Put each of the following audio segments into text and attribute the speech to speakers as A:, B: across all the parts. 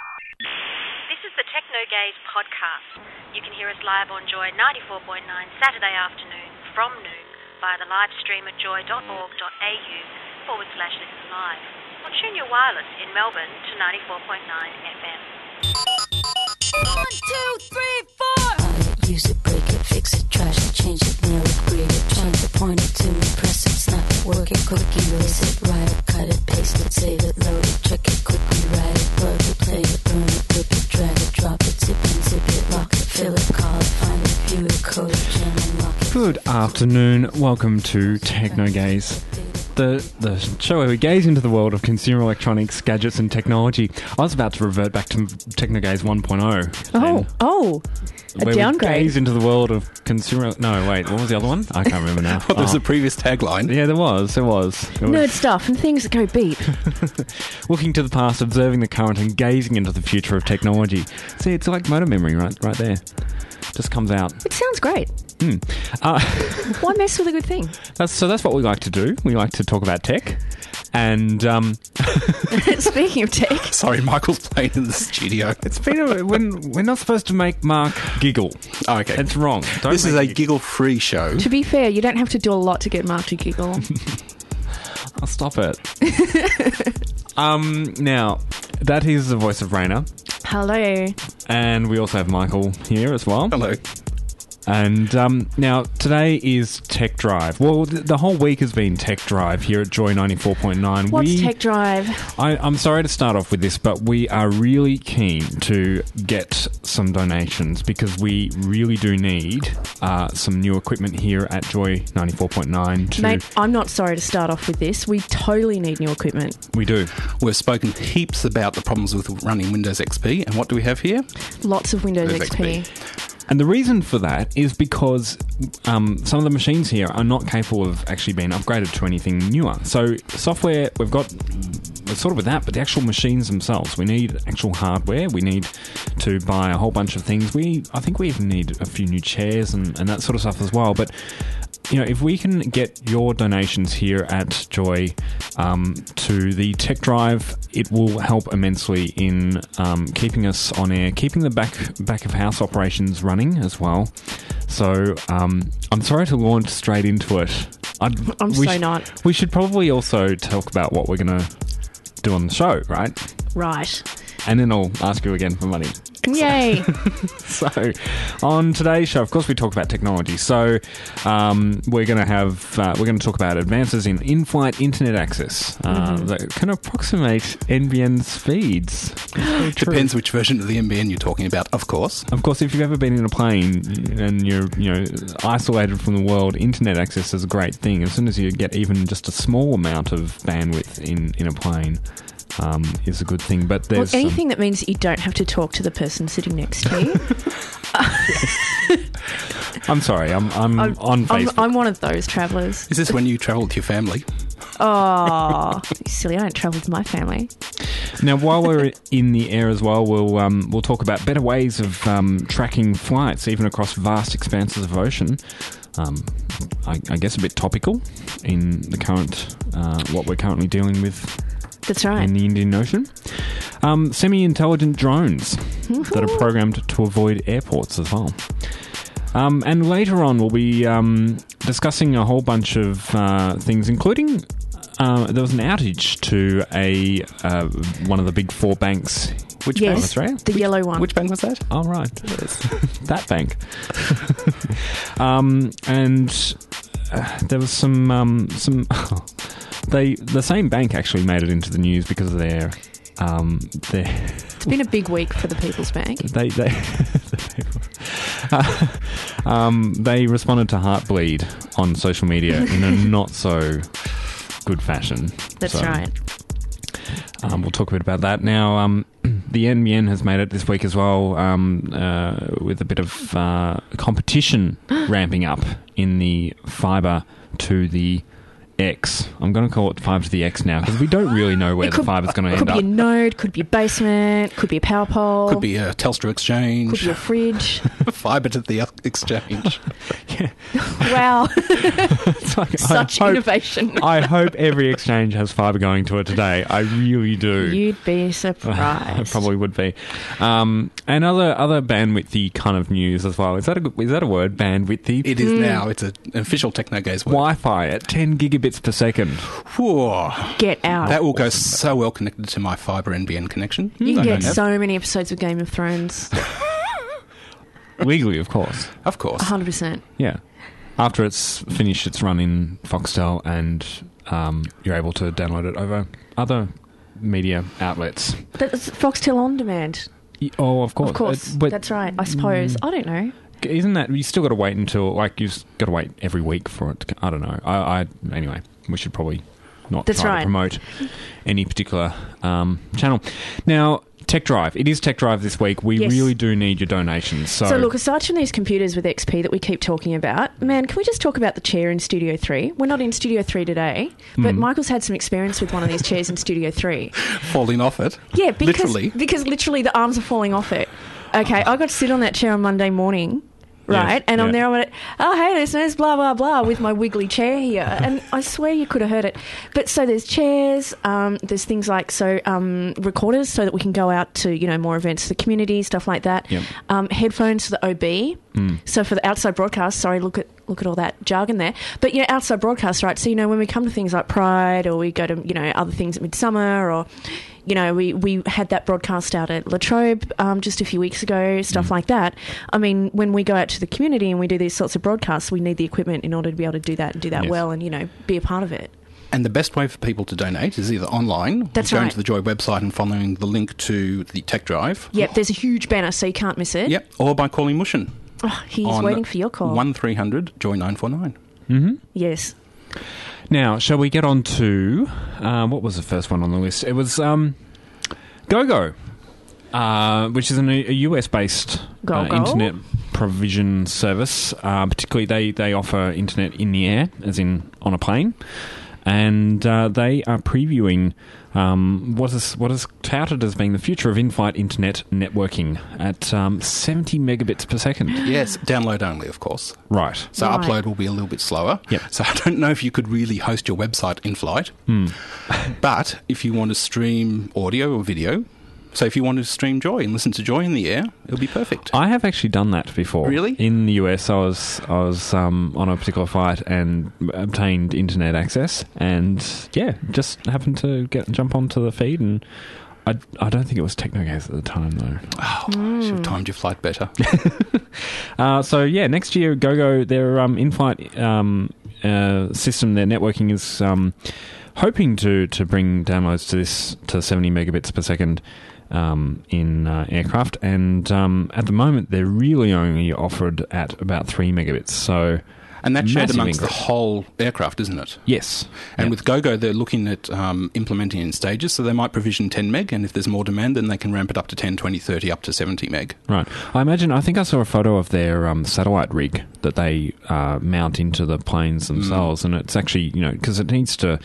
A: This is the Techno Gaze podcast. You can hear us live on Joy 94.9 Saturday afternoon from noon via the live stream at joy.org.au forward slash listen live. Or tune your wireless in Melbourne to 94.9 FM.
B: One, two, three, four. Use it, break it, fix it, trash it, change it, nail it, grade it, change it, point it to me, press it, snap it, work it, quick, erase it, write it, cut it, paste it, save it, load it, check it, quick, rewrite it, plug it, play it, burn it, flip it, drag it, drop it, zip it, zip it, lock it, fill it, call it, find it, view it, code it, jam and lock it.
C: Good afternoon. Welcome to Techno Gaze, the the show where we gaze into the world of consumer electronics, gadgets, and technology. I was about to revert back to Techno Gaze 1.0.
D: Oh,
C: and
D: oh, a
C: where We
D: downgrade.
C: gaze into the world of consumer. No, wait. What was the other one? I can't remember now.
E: There was
C: Oh.
E: a previous tagline.
C: yeah, there was. There was. There
D: Nerd
C: was.
D: stuff and things that go beep.
C: Looking to the past, observing the current, and gazing into the future of technology. See, it's like motor memory, right? Right there. Just comes out.
D: It sounds great.
C: Uh,
D: Why mess with a good thing?
C: that's, so that's what we like to do. We like to talk about tech. And um,
D: Speaking of tech,
E: Sorry, Michael's playing in the studio.
C: It's been a, when we're not supposed to make Mark giggle.
E: Oh, okay.
C: It's wrong. Don't
E: this is a
C: make me-
E: giggle free show.
F: To be fair, you don't have to do a lot to get Mark to giggle.
C: I'll stop it. um, now that is the voice of Rainer,
F: Hello.
C: and we also have Michael here as well.
E: Hello.
C: And um, now today is Tech Drive. Well, th- the whole week has been Tech Drive here at Joy ninety four point nine.
F: What's Tech Drive?
C: I, I'm sorry to start off with this, but we are really keen to get some donations because we really do need uh, some new equipment here at Joy 94.9. To,
F: Mate, I'm not sorry to start off with this. We totally need new equipment.
C: we do.
E: We've spoken heaps about the problems with running Windows XP, and what do we have here?
F: Lots of Windows
E: Windows
F: XP.
C: And the reason for that is because um, some of the machines here are not capable of actually being upgraded to anything newer. So, software, we've got we're sort of with that, but the actual machines themselves, we need actual hardware. We need to buy a whole bunch of things. We, I think we even need a few new chairs and, and that sort of stuff as well. But you know, if we can get your donations here at Joy um, to the tech drive, it will help immensely in um, keeping us on air, keeping the back back of house operations running as well. So um, I'm sorry to launch straight into it. I'd,
F: I'm
C: we
F: so
C: sh-
F: not.
C: We should probably also talk about what we're going to do on the show, right?
F: Right.
C: And then I'll ask you again for money.
F: Yay.
C: So, on today's show, of course, we talk about technology. So, um, we're going to have uh, we're going to talk about advances in in-flight internet access uh,
F: Mm-hmm.
C: that can approximate NBN speeds.
E: Depends which version of the MBN you're talking about, of course.
C: Of course, if you've ever been in a plane and you're you know isolated from the world, internet access is a great thing. As soon as you get even just a small amount of bandwidth in in a plane. Um, is a good thing, but
F: well,
C: there's some-
F: anything that means you don't have to talk to the person sitting next to you.
C: I'm sorry, I'm I'm,
F: I'm,
C: on
F: I'm,
C: Facebook.
F: I'm one of those travellers.
E: Is this when you travel with your family?
F: Oh, silly. I don't travel with my family.
C: Now, while we're in the air as well, we'll um, we'll talk about better ways of um, tracking flights, even across vast expanses of ocean. Um, I, I guess a bit topical in the current uh, what we're currently dealing with
F: That's right.
C: in the Indian Ocean. Um, Semi intelligent drones that are programmed to avoid airports as well. Um, and later on, we'll be um, discussing a whole bunch of uh, things, including. Uh, there was an outage to a uh, one of the big four banks.
E: Which
F: yes,
C: that's right.
F: the yellow one.
E: Which bank was that?
C: All Oh, right, that bank. um, and uh, there was some um, some. they the same bank actually made it into the news because of their um, their
F: It's been a big week for the People's Bank.
C: they they. Uh, Um, they responded to Heartbleed on social media in a not so good fashion.
F: That's
C: So,
F: right.
C: Um, we'll talk a bit about that now. Um, the NBN has made it this week as well, um, uh, with a bit of uh, competition ramping up in the fibre to the X. I'm going to call it fibre to the X now because we don't really know where
F: It
C: the fibre's going to
F: Could
C: end up.
F: be a node, could be a basement, could be a power pole,
E: Could be a Telstra
F: Oh. could
E: exchange,
F: be a fridge.
E: fibre to the exchange.
F: wow,
C: It's like, I
F: such
C: hope-
F: innovation.
C: I hope every exchange has fibre going to it today. I really do.
F: You'd be
C: I
F: surprised.
C: probably would be. Um, and other other bandwidthy kind of news as well. Is that a good- is that a word? Bandwidthy.
E: It is
F: Hmm.
E: now. It's an official techno gaze word.
C: Wi-Fi at 10 gigabits per second.
E: Whoa.
F: Get out.
E: That will go so well connected to my fibre NBN connection.
F: you
E: I
F: can
E: don't
F: get
E: have-
F: so many episodes of Game of Thrones.
C: Legally, of course.
E: of course.
F: 100%.
C: Yeah. After it's finished its run in Foxtel, and um, you're able to download it over other media outlets.
F: That's Foxtel On Demand.
C: Y- Oh, of course.
F: Of course.
C: Uh, but Mm.
F: That's right, I suppose. I don't know.
C: Isn't that you still got to wait until like you've got to wait every week for it? To, I don't know. I, I anyway, we should probably not
F: That's
C: try
F: right.
C: to promote any particular um, channel. Now, Tech Drive. It is Tech Drive this week. We
F: Yes.
C: really do need your donations. So,
F: So, look, aside from these computers with XP that we keep talking about, man, can we just talk about the chair in Studio 3? We're not in Studio 3 today,
C: Hmm.
F: but Michael's had some experience with one of these chairs in Studio 3.
E: Falling off it.
F: Yeah, because
E: Literally.
F: because literally the arms are falling off it. Okay, I got to sit on that chair on Monday morning. Right,
C: Yes,
F: and I'm
C: yeah.
F: there. I'm at, oh hey, listeners, blah blah blah, with my wiggly chair here, and I swear you could have heard it. But so there's chairs, um, there's things like so um, recorders, so that we can go out to you know more events, the community, stuff like that.
C: Yep.
F: Um, headphones for the OB,
E: Hmm.
F: so for the outside broadcast. Sorry, look at look at all that jargon there. But yeah, outside broadcast, right? So you know when we come to things like Pride, or we go to you know other things at Midsummer, or you know, we, we had that broadcast out at La Trobe um, just a few weeks ago, stuff
E: Hmm.
F: like that. I mean, when we go out to the community and we do these sorts of broadcasts, we need the equipment in order to be able to do that and do that
C: Yes.
F: well and, you know, be a part of it.
E: And the best way for people to donate is either online,
F: That's
E: going
F: right.
E: to the Joy website and following the link to the Tech Drive.
F: Yep, there's a huge banner, so you can't miss it.
E: Yep, or by calling Mushin.
F: Oh, he's
E: on
F: waiting for your call.
E: 1300 Joy 949.
F: Yes.
C: now shall we get on to um, what was the first one on the list? It was um, GoGo, uh, which is an, a US based uh,
F: Gogo?
C: internet provision service. Uh, particularly, they they offer internet in the air, as in on a plane, and uh, they are previewing um, what is what is touted as being the future of in-flight internet networking at um, 70 megabits per second.
E: Yes, download only, of course.
C: Right.
E: So
F: Right.
E: upload will be a little bit slower.
C: Yep.
E: So I don't know if you could really host your website in flight.
C: Hmm.
E: but if you want to stream audio or video, so if you want to stream Joy and listen to Joy in the air, it'll be perfect.
C: I have actually done that before.
E: Really?
C: In the US, I was I was um, on a particular flight and obtained internet access, and yeah, just happened to get jump onto the feed, and I, I don't think it was Technogaz at the time though.
E: oh, should
F: Hmm.
E: have timed your flight better.
C: Uh, so yeah, next year GoGo their um, in-flight um, uh, system, their networking is um, hoping to to bring downloads to this to seventy megabits per second. Um, in uh, aircraft, and um, at the moment they're really only offered at about three megabits. So
E: And that's shared
C: Massive
E: amongst the
C: increase.
E: whole aircraft, isn't it?
C: Yes.
E: And with GoGo, they're looking at um, implementing in stages. So they might provision 10 meg, and if there's more demand, then they can ramp it up to 10, 20, 30, up to 70 meg.
C: Right. I imagine, I think I saw a photo of their um, satellite rig that they uh, mount into the planes themselves. And it's actually, you know, because it needs to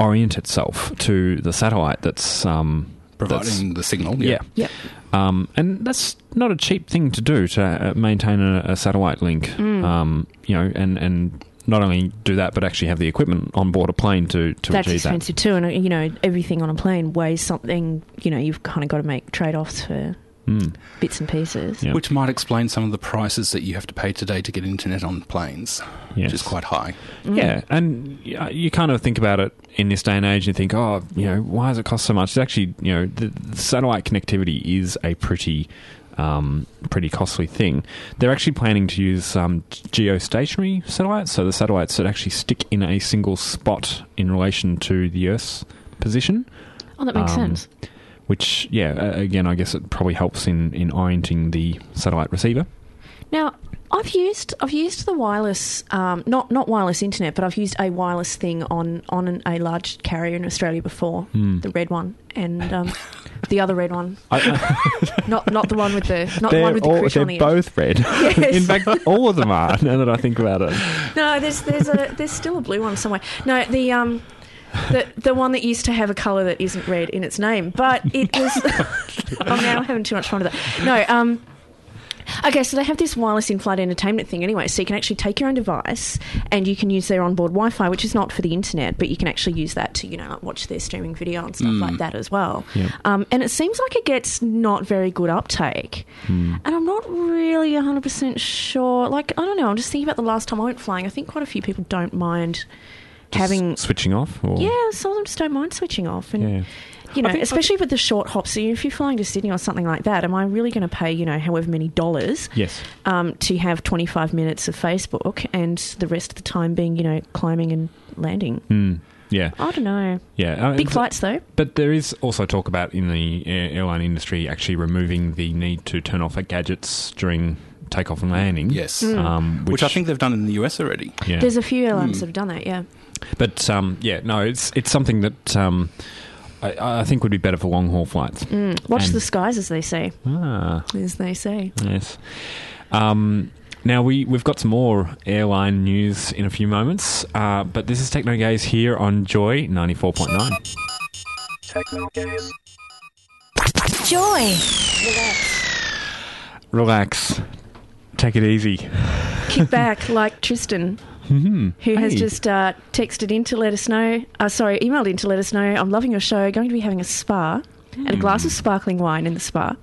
C: orient itself to the satellite that's. Um, that's-
E: Providing the signal.
C: yeah.
F: Yep.
C: Um, and that's not a cheap thing to do to uh, maintain a, a satellite link.
F: Mm.
C: Um, you know, and, and not only do that, but actually have the equipment on board a plane to, to
F: That's
C: achieve that.
F: expensive too. And, uh, you know, everything on a plane weighs something, you know, you've kind of got to make trade offs for
C: Mm.
F: bits and pieces.
C: Yeah.
E: Which might explain some of the prices that you have to pay today to get internet on planes,
C: Yes.
E: which is quite high.
F: Mm.
C: Yeah, and y- uh, you kind of think about it in this day and age, and you think, oh, you know, why does it cost so much? It's actually, you know, the, the satellite connectivity is a pretty, um, pretty costly thing. They're actually planning to use um, geostationary satellites, so the satellites that actually stick in a single spot in relation to the Earth's position.
F: Oh, that makes
C: Um,
F: sense.
C: Which, yeah, a- again, I guess it probably helps in, in orienting the satellite receiver.
F: Now, I've used I've used the wireless um, not not wireless internet, but I've used a wireless thing on on an, a large carrier in Australia before,
C: Hmm.
F: the red one and um, the other red one, not not the one with the not the
G: They're,
F: one with the
G: all,
F: crush
G: they're
F: on the
G: both red. In fact, all of them are. Now that I think about it,
F: end. No, there's there's a there's still a blue one somewhere. No, the um. The, the one that used to have a colour that isn't red in its name, but it was. I'm now having too much fun with that. No, um, Okay, so they have this wireless in-flight entertainment thing anyway, so you can actually take your own device and you can use their onboard Wi-Fi, which is not for the internet, but you can actually use that to you know like watch their streaming video and stuff like that as well. Um, and it seems like it gets not very good uptake, and I'm not really 100 percent sure. Like I don't know, I'm just thinking about the last time I went flying. I think quite a few people don't mind having.
C: S- switching off. Or,
F: Yeah, some of them just don't mind switching off, and
C: Yeah.
F: you know, especially with the short hops. So if you're flying to Sydney or something like that, am I really going to pay you know however many dollars?
C: Yes.
F: um, to have 25 minutes of Facebook and the rest of the time being, you know, climbing and landing.
C: Hmm. Yeah.
F: I don't know.
C: Yeah. Uh,
F: Big
C: but-
F: flights, though.
C: But there is also talk about in the air- airline industry actually removing the need to turn off gadgets during takeoff and landing.
E: Yes.
C: Um,
E: Uh, Which, I think they've done in the US already.
C: Yeah.
F: Mm. There's a few airlines that have done that, yeah.
C: But um, yeah, no, it's it's something that um, I, I think would be better for long haul flights.
F: Watch
C: And-
F: the skies, as they say.
C: Ah,
F: As they say.
C: yes. Um, now we we've got some more airline news in a few moments, uh, but this is Techno Gaze here on Joy ninety four point nine.
B: Joy.
C: Relax, take it easy.
F: Kick back like Tristan, who has
C: Mm-hmm. Hey.
F: just uh, texted in to let us know, uh, sorry, emailed in to let us know, I'm loving your show, going to be having a spa. And a
C: Hmm.
F: glass of sparkling wine in the spa.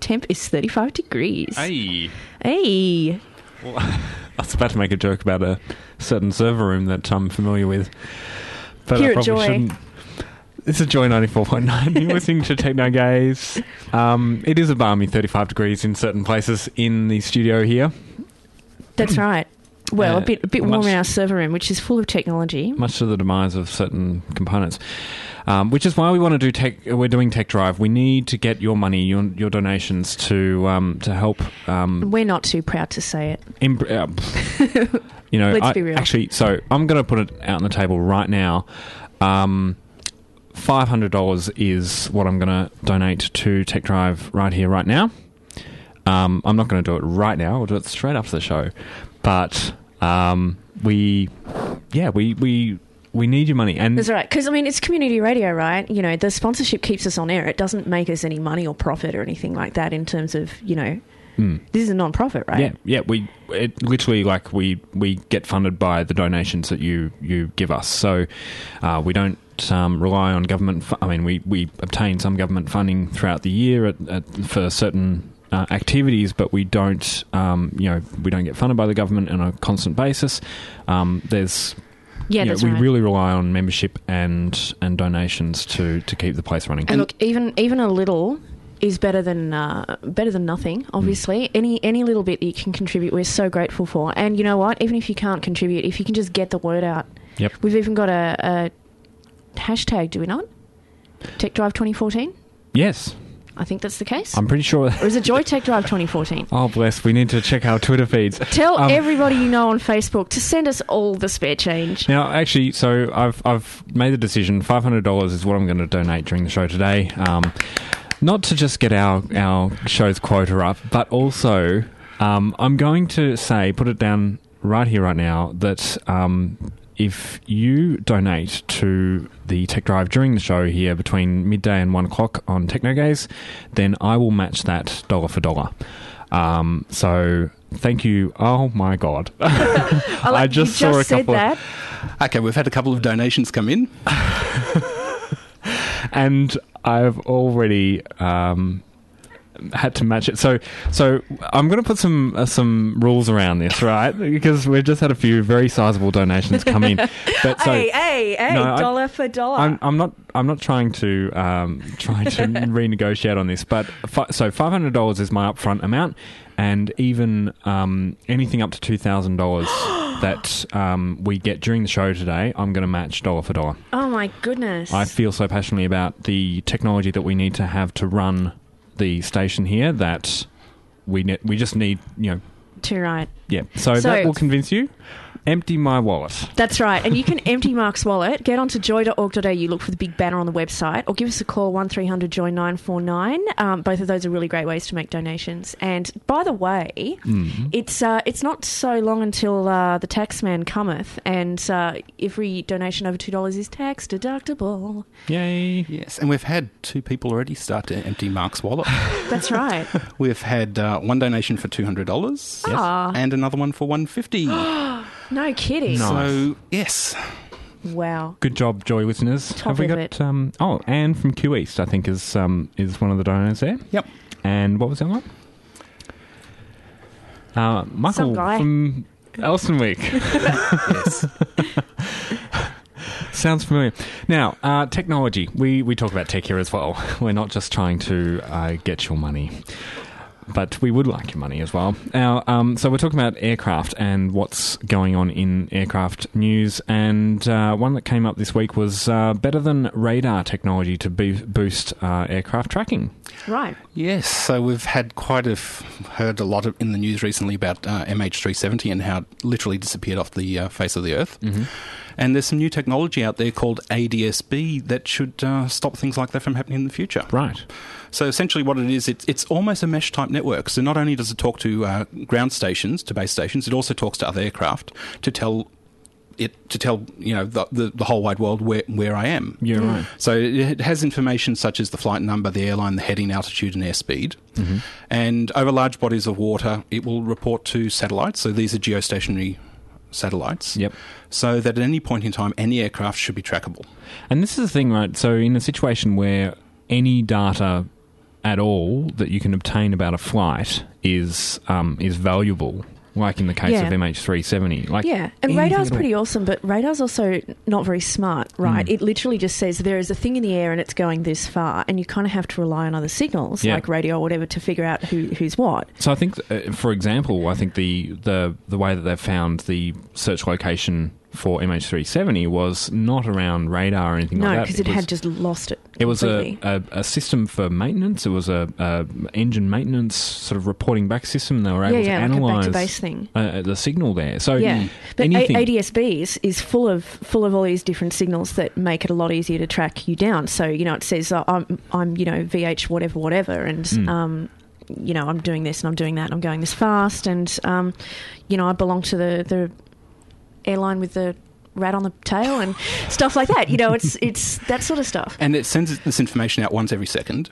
F: Temp is 35 degrees.
C: Hey.
F: Hey.
C: I was about to make a joke about a certain server room that I'm familiar with, but
F: Here
C: I
F: at
C: probably
F: Joy.
C: shouldn't. This is Joy 94.9. You're listening to Techno Gaze. Um, it is a balmy 35 degrees in certain places in the studio here.
F: That's right. Well,
C: Uh,
F: a bit a bit warm
C: much-
F: in our server room, which is full of technology.
C: much to the demise of certain components. Um, which is why we want to do tech. We're doing tech drive. We need to get your money, your, your donations to um, to help. Um,
F: We're not too proud to say it.
C: embr- uh, pff. you know,
F: Let's
C: I-
F: be real.
C: actually, so I'm going to put it out on the table right now. Um, Five hundred dollars is what I'm going to donate to Tech Drive right here, right now. Um, I'm not going to do it right now. I'll do it straight after the show. But um, we, yeah, we we we need your money. And
F: That's right. Because, I mean, it's community radio, right? You know, the sponsorship keeps us on air. It doesn't make us any money or profit or anything like that in terms of, you know, this is a non profit, right?
C: Hmm. Yeah, yeah. We it literally like we we get funded by the donations that you you give us. So uh, we don't. Um, rely on government. Fu- I mean, we, we obtain some government funding throughout the year at, at, for certain uh, activities, but we don't. Um, you know, we don't get funded by the government on a constant basis. Um, there's,
F: Yeah,
C: you know,
F: that's
C: we
F: right.
C: really rely on membership and and donations to to keep the place running.
F: and look, even even a little is better than uh, better than
C: Mm.
F: nothing. Obviously, any any little bit that you can contribute, we're so grateful for. And you know what? Even if you can't contribute, if you can just get the word out,
C: Yep.
F: we've even got a, a hashtag. Do we not? Tech Drive 2014.
C: yes,
F: I think that's the case.
C: I'm pretty sure.
F: or is it Joy Tech Drive 2014?
C: Oh bless! We need to check our Twitter feeds.
F: Tell
C: Um,
F: everybody you know on Facebook to send us all the spare change.
C: Now, actually, so I've I've made the decision. Five hundred dollars is what I'm going to donate during the show today. Um, not to just get our our show's quota up, but also um, I'm going to say, put it down right here, right now, that um, if you donate to the Tech Drive during the show here between midday and one o'clock on TechnoGaze, then I will match that dollar for dollar. Um, so. Thank you. Oh my God.
F: I, like-
C: I
F: you
C: just saw a
F: said
C: couple of-
F: that.
E: Okay, we've had a couple of donations come in.
C: and I've already um, had to match it. So, so I'm going to put some uh, some rules around this, right? Because we've just had a few very sizable donations come in. But so,
H: hey, hey, hey,
C: No, I-
H: dollar for dollar.
F: uh,
C: I'm, I'm not. I'm not trying to um, trying to renegotiate on this. But fi- so five hundred dollars is my upfront amount, and even um, anything up to two thousand dollars that um, we get during the show today, I'm going to match dollar for dollar.
F: Oh my goodness.
C: I feel so passionately about the technology that we need to have to run the station here that we ne- we just need you know
F: Too right.
C: Yeah. So,
F: So-
C: that will convince you. Empty my wallet.
F: That's right. And you can empty Mark's wallet. Get onto joy.org.au, look for the big banner on the website, or give us a call 1300 Joy 949. Um, both of those are really great ways to make donations. And by the way, it's uh, it's not so long until uh, the tax man cometh, and uh, every donation over $2 is tax deductible.
C: Yay.
E: Yes, and we've had two people already start to empty Mark's wallet.
F: That's right.
E: we've had uh, one donation for two hundred dollars,
F: Ah.
E: and another one for one fifty.
F: no kidding.
E: So yes,
F: Wow.
C: Good job, Joy listeners. Have we
F: of
C: got
F: it.
C: um oh, Anne from Q East, I think is um is one of the donors there.
E: yep.
C: And what was the other one? Uh, Michael
F: Some guy.
C: from Elsenwick. Sounds familiar. Now, uh, technology. We, we talk about tech here as well. We're not just trying to uh, get your money, but we would like your money as well. Now, um, so we're talking about aircraft and what's going on in aircraft news. And uh, one that came up this week was uh, better than radar technology to bo- boost uh, aircraft tracking.
F: Right.
E: Yes, so we've had quite a f- heard a lot of, in the news recently about uh, MH370 and how it literally disappeared off the uh, face of the Earth.
C: Mm-hmm.
E: And there's some new technology out there called ADSB that should uh, stop things like that from happening in the future.
C: Right.
E: So essentially, what it is, it's it's almost a mesh type network. So not only does it talk to uh, ground stations, to base stations, it also talks to other aircraft to tell it to tell you know the the, the whole wide world where where I am.
C: Yeah, right.
E: So it has information such as the flight number, the airline, the heading, altitude, and airspeed. And over large bodies of water, it will report to satellites. So these are geostationary satellites.
C: Yep.
E: So that at any point in time, any aircraft should be trackable.
C: And this is the thing, right? So, in a situation where any data at all that you can obtain about a flight is um, is valuable, like in the case
F: Yeah.
C: of MH370, like
F: Yeah, and
C: anything
F: radar's
C: at all. Hmm.
F: pretty awesome, but radar's also not very smart, right? It literally just says there is a thing in the air and it's going this far, and you kind of have to rely on other signals
C: Yeah.
F: like radio or whatever to figure out who who's what.
C: So I think, uh, for example, I think the, the the way that they've found the search location for MH370 was not around radar or anything
F: No,
C: like
F: 'cause
C: that.
F: no, because it,
C: was-
F: had just lost it.
C: It was a,
F: completely.
C: a, a system for maintenance. It was a, a engine maintenance sort of reporting back system. They were able
F: yeah,
C: to
F: like a
C: analyze
F: back-to-base thing.
C: Uh, the signal there. So
F: yeah, but a-
C: anything.
F: ADSB is, is full of full of all these different signals that make it a lot easier to track you down. So you know, it says oh, I'm I'm you know VH whatever whatever, and
E: Hmm.
F: um, you know I'm doing this and I'm doing that, and I'm going this fast, and um, you know I belong to the the airline with the rat on the tail and stuff like that. You know, it's it's that sort of stuff.
E: And it sends this information out once every second.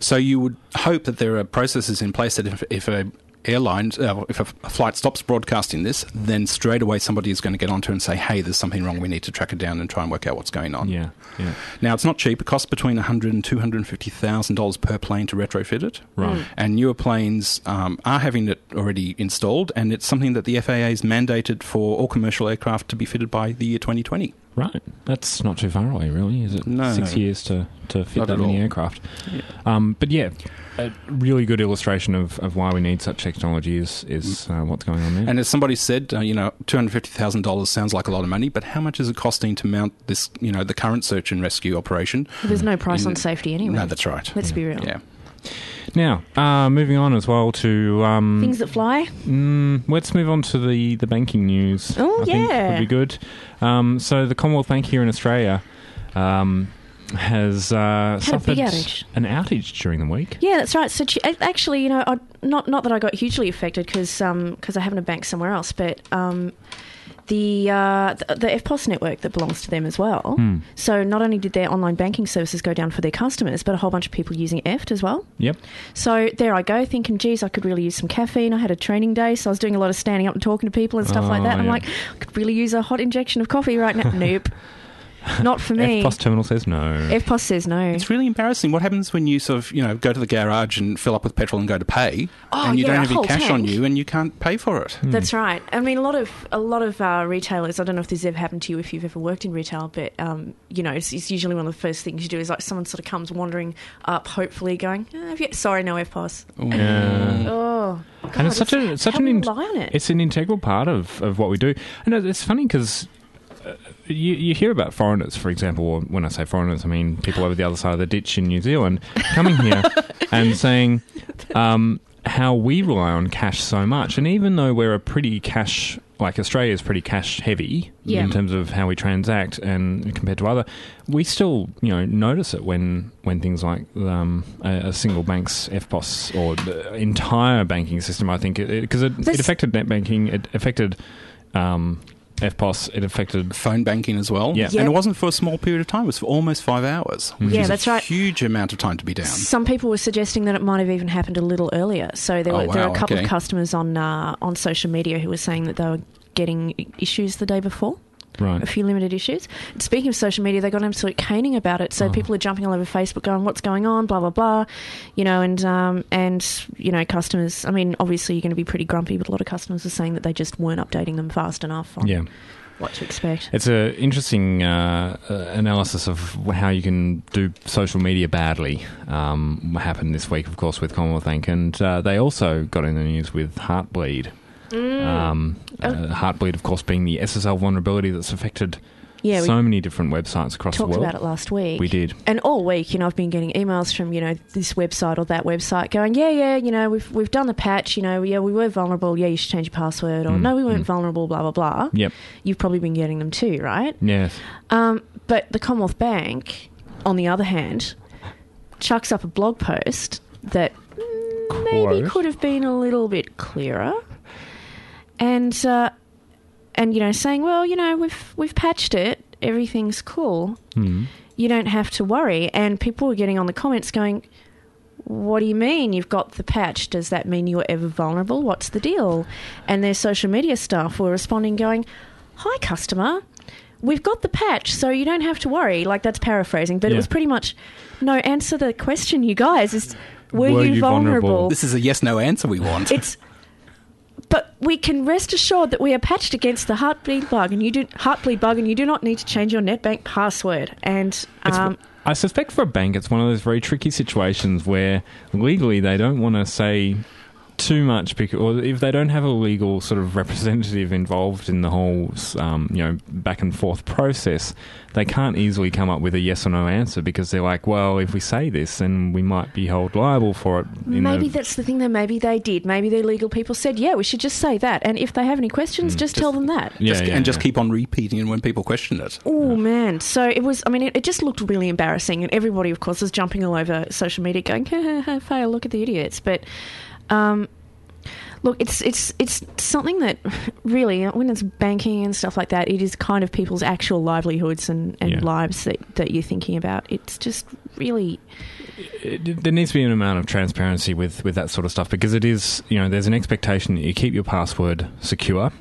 E: So you would hope that there are processes in place that if, if a airline, uh, if a f- a flight stops broadcasting this, then straight away somebody is going to get onto it and say, hey, there's something wrong. We need to track it down and try and work out what's going on.
C: yeah, yeah.
E: Now, it's not cheap. It costs between $100,000 and $250,000 per plane to retrofit
F: Mm.
E: it.
C: Right.
E: And newer planes um, are having it already installed, and it's something that the FAA has mandated for all commercial aircraft to be fitted by the year 2020.
C: Right. That's not too far away, really, is it?
E: No.
C: Six years to, to fit
E: Not
C: that
E: at
C: many
E: all.
C: aircraft. Um, but yeah, a really good illustration of, of why we need such technology is, is uh, what's going on there.
E: And as somebody said, uh, you know, two hundred fifty thousand dollars sounds like a lot of money, but how much is it costing to mount this? You know, the current search and rescue operation.
F: There's no price
E: In-
F: on safety anyway.
E: No, that's right.
F: Let's be real.
E: yeah.
C: now, uh, moving on as well to. Um,
F: Things that fly.
C: Mm, let's move on to the, the banking news.
F: Oh,
C: I think
F: yeah.
C: would be good. Um, so the Commonwealth Bank here in Australia um, has uh,
F: a
C: suffered
F: big outage.
C: an outage during the week.
F: Yeah, that's right. So tu- a- actually, you know, I, not not that I got hugely affected because I have a bank somewhere else, but um, the uh, the, the FPOS network that belongs to them as well.
C: Hmm.
F: So not only did their online banking services go down for their customers, but a whole bunch of people using EFT as well.
C: Yep.
F: So there I go thinking, geez, I could really use some caffeine. I had a training day, so I was doing a lot of standing up and talking to people and stuff like
C: Oh,
F: that. I'm
C: yeah.
F: like, I could really use a hot injection of coffee right now. nope, not for me.
C: FPOS terminal says no.
F: FPOS says no.
E: It's really embarrassing. What happens when you sort of, you know, go to the garage and fill up with petrol and go to pay,
F: Oh,
E: and
F: yeah,
E: you don't
F: a
E: have any
F: whole
E: cash on
F: tank.
E: you, and you can't pay for it?
C: Mm.
F: That's right. I mean, a lot of a lot of uh, retailers. I don't know if this has ever happened to you if you've ever worked in retail, but um, you know, it's, it's usually one of the first things you do is like someone sort of comes wandering up, hopefully going, "Uh, have you- "Sorry, no FPOS."
C: Yeah.
F: Oh,
C: and it's such a such an in-
F: rely on it.
C: it's an integral part of, of what we do. And it- it's funny because you, you hear about foreigners, for example. Or when I say foreigners, I mean people over the other side of the ditch in New Zealand coming here and saying, um, how we rely on cash so much. And even though we're a pretty cash, like Australia is pretty cash heavy
D: Yeah.
C: in terms of how we transact and compared to other, we still you know notice it when when things like um, a, a single bank's FPOS or the entire banking system. I think because it, it,
D: This-
C: affected net banking, it affected. Um, FPOS, it affected.
E: phone banking as well.
C: Yeah.
E: And
D: Yep.
E: it wasn't for a small period of time, it was for almost five hours, which
D: Yeah,
E: is
D: that's
E: a
D: right.
E: huge amount of time to be down.
F: Some people were suggesting that it might have even happened a little earlier. So there
E: Oh,
F: were there were
E: wow,
F: a couple
E: okay.
F: of customers on uh, on social media who were saying that they were getting i- issues the day before.
C: Right.
F: A few limited issues. And Speaking of social media, they got an absolute caning about it. So
C: Oh.
F: people are jumping all over Facebook, going, "What's going on?" Blah blah blah. You know, and um, and you know, customers. I mean, obviously you're going to be pretty grumpy, but a lot of customers are saying that they just weren't updating them fast enough on
C: Yeah.
F: what to expect.
C: It's an interesting uh, uh, analysis of how you can do social media badly. Um, happened this week, of course, with Commonwealth Bank, and uh, they also got in the news with Heartbleed.
F: Mm.
C: Um,
F: Oh.
C: uh, Heartbleed, of course, being the SSL vulnerability that's affected
F: Yeah, we
C: so many different websites across the
F: talked
C: world.
F: about it last week.
C: We did.
F: and all week, you know, I've been getting emails from you know this website or that website going, yeah, yeah, you know, we've we've done the patch, you know, yeah, we were vulnerable, yeah, you should change your password,
C: Mm,
F: or no, we weren't vulnerable, blah blah blah.
C: Yep.
F: You've probably been getting them too, right?
C: Yes.
F: Um, but the Commonwealth Bank, on the other hand, chucks up a blog post that mm, maybe
C: Quote.
F: could have been a little bit clearer, and uh, and you know, saying, well, you know, we've we've patched it, everything's cool
C: Mm.
F: you don't have to worry. And people were getting on the comments going, What do you mean you've got the patch? Does that mean you're ever vulnerable? What's the deal? And their social media staff were responding, going, Hi, customer. We've got the patch, so you don't have to worry. Like, that's paraphrasing, but
C: Yeah.
F: it was pretty much no, answer the question, you guys, is were,
C: Were
F: you,
C: you vulnerable?
F: vulnerable?
E: This is a yes no answer we want.
F: It's. But we can rest assured that we are patched against the heartbleed bug, and you do heartbleed bug, and you do not need to change your NetBank password. And
C: It's-
F: um,
C: I suspect for a bank, it's one of those very tricky situations where legally they don't want to say too much because, or if they don't have a legal sort of representative involved in the whole, um, you know, back and forth process, they can't easily come up with a yes or no answer because they're like, well, if we say this, then we might be held liable for it. in
F: Maybe
C: the-
F: that's the thing, though. Maybe they did. Maybe their legal people said, yeah, we should just say that. And if they have any questions, just, tell them that.
C: yeah,
E: just,
C: yeah,
E: and just
C: yeah.
E: keep on repeating it when people question it.
F: Oh, man. So it was, I mean, it, it just looked really embarrassing. And everybody, of course, was jumping all over social media going, ha, ha, ha, fail, look at the idiots. But, um, Look, it's it's it's something that really, when it's banking and stuff like that, it is kind of people's actual livelihoods and, and
C: Yeah.
F: lives that, that you're thinking about. It's just really
C: it, there needs to be an amount of transparency with, with that sort of stuff because it is, you know, there's an expectation that you keep your password secure.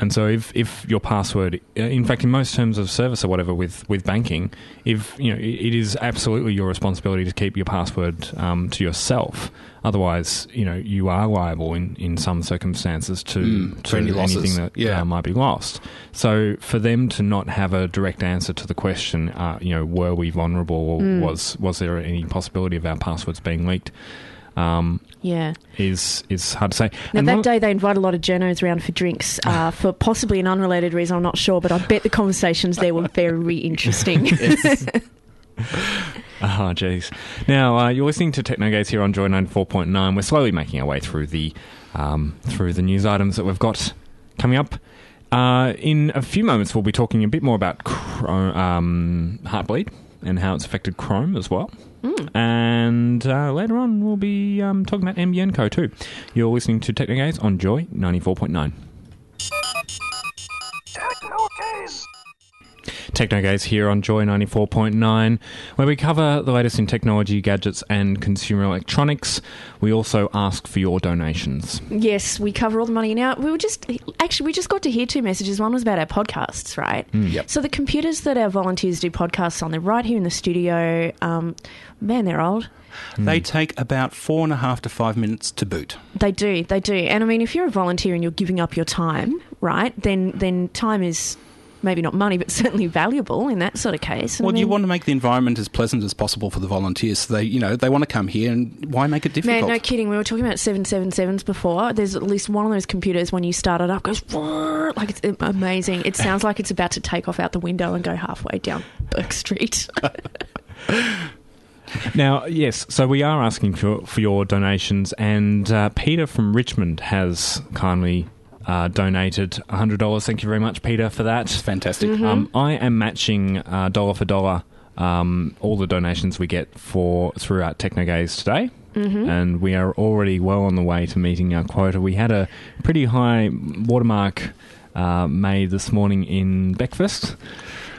C: And so if, if your password, uh, in fact, in most terms of service or whatever with, with banking, if, you know, it, it is absolutely your responsibility to keep your password um, to yourself. Otherwise, you know, you are liable in, in some circumstances to,
E: Mm,
C: to
E: for any
C: anything
E: losses.
C: that
E: Yeah.
C: uh, might be lost. So for them to not have a direct answer to the question, uh, you know, were we vulnerable or
F: Mm.
C: was was there any possibility of our passwords being leaked? Um,
F: yeah.
C: is is hard to say.
F: Now,
C: And
F: that
C: one-
F: day they invite a lot of journos round for drinks
E: Ah.
F: uh, for possibly an unrelated reason, I'm not sure, but I bet the conversations there were very interesting.
C: Ah, jeez. Now uh, you're listening to Technogates here on Joy 94.9. We're slowly making our way through the um, through the news items that we've got coming up. Uh, in a few moments, we'll be talking a bit more about Chr- um, Heartbleed and how it's affected Chrome as well. And uh, later on, we'll be um, talking about MBN Co too. You're listening to Technogates on Joy 94.9. Technogaze here on Joy 94.9, where we cover the latest in technology, gadgets, and consumer electronics. We also ask for your donations.
F: yes, we cover all the money now. We were just actually we just got to hear two messages. One was about our podcasts, right?
E: Mm, Yep.
F: So the computers that our volunteers do podcasts on, they're right here in the studio. Um, man, they're old.
E: They Hmm. take about four and a half to five minutes to boot.
F: They do, they do. And I mean, if you're a volunteer and you're giving up your time, right? Then then time is maybe not money, but certainly valuable in that sort of case. And I
E: Well, you
F: mean-
E: want to make the environment as pleasant as possible for the volunteers. So they, you know, they want to come here, and why make it difficult?
F: Man, no kidding. We were talking about 777s before. There's at least one of those computers when you start it up goes "Roar," like it's amazing. It sounds like it's about to take off out the window and go halfway down Burke Street.
C: Now, yes, so we are asking for, for your donations, and uh, Peter from Richmond has kindly uh, donated $100. Thank you very much, Peter, for that.
E: Fantastic.
F: Mm-hmm.
C: Um, I am matching uh, dollar for dollar um, all the donations we get for through our Technogaze today. And we are already well on the way to meeting our quota. We had a pretty high watermark uh, made this morning in Beckfast.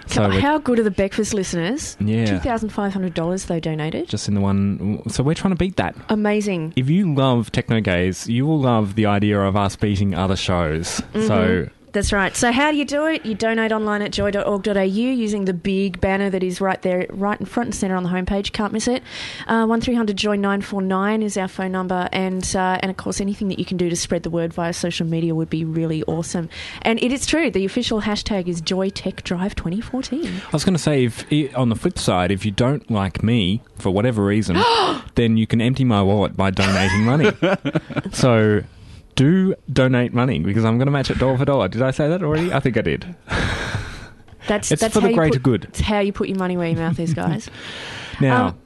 C: So we're
F: How good are the breakfast listeners?
C: Yeah.
F: $2,500 they donated.
C: just in the one. So we're trying to beat that.
F: Amazing.
C: if you love techno gaze, you will love the idea of us beating other shows. So
F: That's right. So how do you do it? You donate online at joy.org.au using the big banner that is right there, right in front and centre on the homepage. Can't miss it. Uh, One three hundred joy nine four nine is our phone number, and uh, and of course anything that you can do to spread the word via social media would be really awesome. And it is true. The official hashtag is joytechdrive twenty fourteen.
C: I was going to say, if i- on the flip side, if you don't like me for whatever reason, then you can empty my wallet by donating money. so do donate money because I'm going to match it dollar for dollar. Did I say that already? I think I did.
F: That's
C: It's
F: that's
C: for the
F: how you
C: greater
F: put-
C: good.
F: It's how you put your money where your mouth is, guys.
C: Now,
F: Um,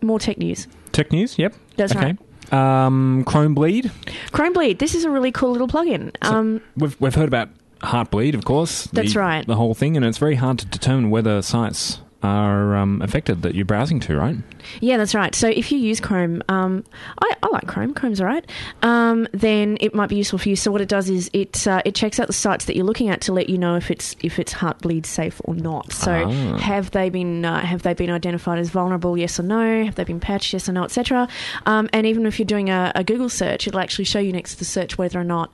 F: More tech news.
C: tech news. Yep.
F: That's
C: okay. Um, Chrome bleed.
F: Chromebleed. This is a really cool little plugin. Um,
C: We've we've heard about Heartbleed, of course. the-
F: That's right.
C: The whole thing, and it's very hard to determine whether sites are um, affected that you're browsing to, right?
F: Yeah, that's right. So if you use Chrome, um, I, I like Chrome. Chrome's all right. Um, then it might be useful for you. So what it does is it uh, it checks out the sites that you're looking at to let you know if it's if it's Heartbleed safe or not. So
C: Ah.
F: have they been uh, have they been identified as vulnerable? Yes or no? Have they been patched? Yes or no? Etc. Um, and even if you're doing a, a Google search, it'll actually show you next to the search whether or not.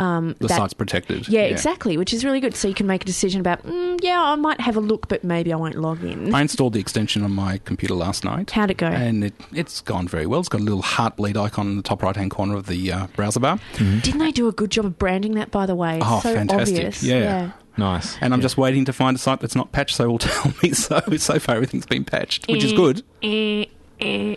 F: Um,
E: The
F: that-
E: site's protected.
F: yeah, exactly, which is really good. So you can make a decision about, mm, yeah, I might have a look, but maybe I won't log in.
E: I installed the extension on my computer last night.
F: How'd it go?
E: And it, it's gone very well. It's got a little heartbleed icon in the top right hand corner of the uh, browser bar.
F: Didn't they do a good job of branding that, by the way? It's
E: Oh,
F: so
E: fantastic.
F: obvious.
E: Yeah.
C: Nice.
E: And I'm just waiting to find a site that's not patched, so it will tell me so. So far, everything's been patched, which is good.
F: Eh, eh.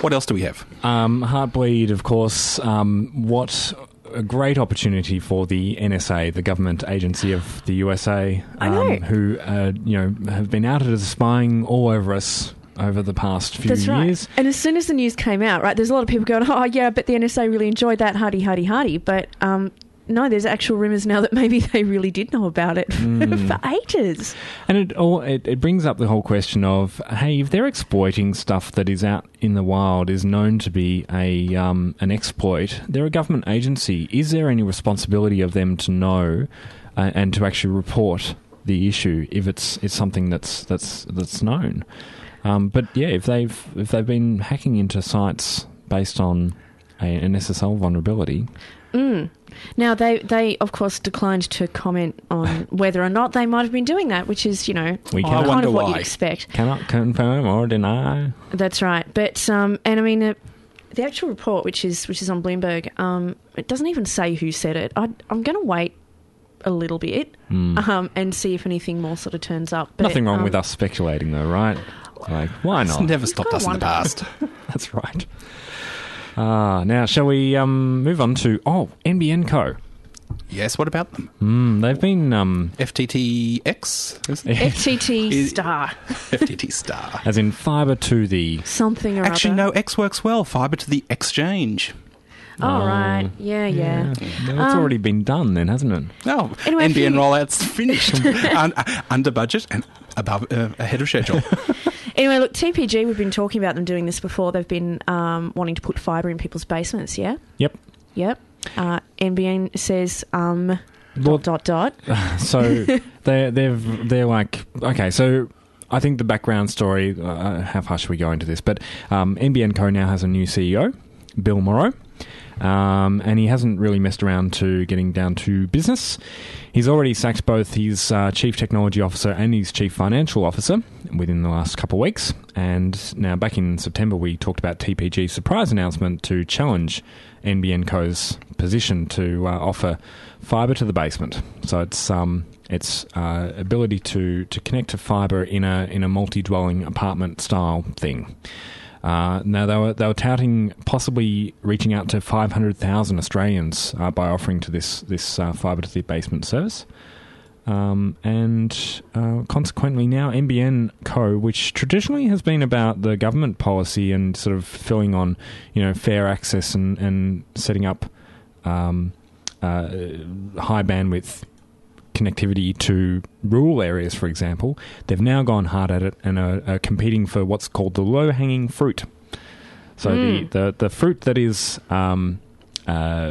E: What else do we have?
C: Um, Heartbleed, of course. Um, what a great opportunity for the NSA, the government agency of the USA,
F: I know.
C: um, who uh, you know have been outed as spying all over us over the past few
F: That's right.
C: years.
F: And as soon as the news came out, right, there's a lot of people going, oh, yeah, but the NSA really enjoyed that, hardy, hardy, hardy. But um, no, there's actual rumours now that maybe they really did know about it
E: Hmm.
F: for ages.
C: And it all it, it brings up the whole question of hey, if they're exploiting stuff that is out in the wild, is known to be a um, an exploit, they're a government agency. Is there any responsibility of them to know uh, and to actually report the issue if it's it's something that's that's that's known? Um, but yeah, if they've if they've been hacking into sites based on a, an SSL vulnerability,
F: Now, they, they, of course, declined to comment on whether or not they might have been doing that, which is, you know,
C: We
F: kind
C: cannot- I
E: wonder
F: of what
E: why.
F: you'd expect.
C: cannot confirm or deny.
F: That's right. But um, and I mean, uh, the actual report, which is which is on Bloomberg, um, it doesn't even say who said it. I, I'm going to wait a little bit um, and see if anything more sort of turns up. But,
C: Hmm. Nothing wrong
F: um,
C: with us speculating, though, right? Like, why
E: It's
C: not?
E: never stopped
F: gotta
E: us in the
F: Oh, wonder.
E: past.
C: That's right. Ah, now shall we um, move on to oh NBN Co.
E: yes, what about them?
C: Mm, they've been um,
E: FTTX? Is it?
F: FTT
E: Is-
F: star
E: FTT star.
C: as in fiber to the
F: something or
E: Actually,
F: other.
E: no, X works well. Fiber to the exchange.
F: All
C: Oh.
F: right. Yeah, yeah.
C: Well, it's already been done then, hasn't it?
E: No,
F: Anyway, if
E: NBN
F: you-
E: rollout's finished. Un- uh, under budget and above uh, ahead of schedule.
F: Anyway, look, TPG. We've been talking about them doing this before. They've been um, wanting to put fibre in people's basements. Yeah.
C: Yep.
F: Yep. Uh, NBN says um,
C: Well-
F: dot dot dot.
C: So they they've they're like okay. So I think the background story. Uh, how far should we go into this? But um, NBN Co now has a new CEO, Bill Morrow. Um, and he hasn't really messed around to getting down to business. He's already sacked both his uh, chief technology officer and his chief financial officer within the last couple of weeks. And now, back in September, we talked about TPG's surprise announcement to challenge NBN Co's position to uh, offer fibre to the basement. So it's um, its uh, ability to, to connect to fibre in a in a multi dwelling apartment style thing. Uh, now they were they were touting possibly reaching out to 500,000 Australians uh, by offering to this this uh, fibre to the basement service. Um, and uh, consequently, now NBN Co, which traditionally has been about the government policy and sort of filling on, you know, fair access and, and setting up um, uh, high bandwidth connectivity to rural areas, for example, they've now gone hard at it and are, are competing for what's called the low hanging fruit. So the,
F: Hmm.
C: the, the fruit that is um, uh,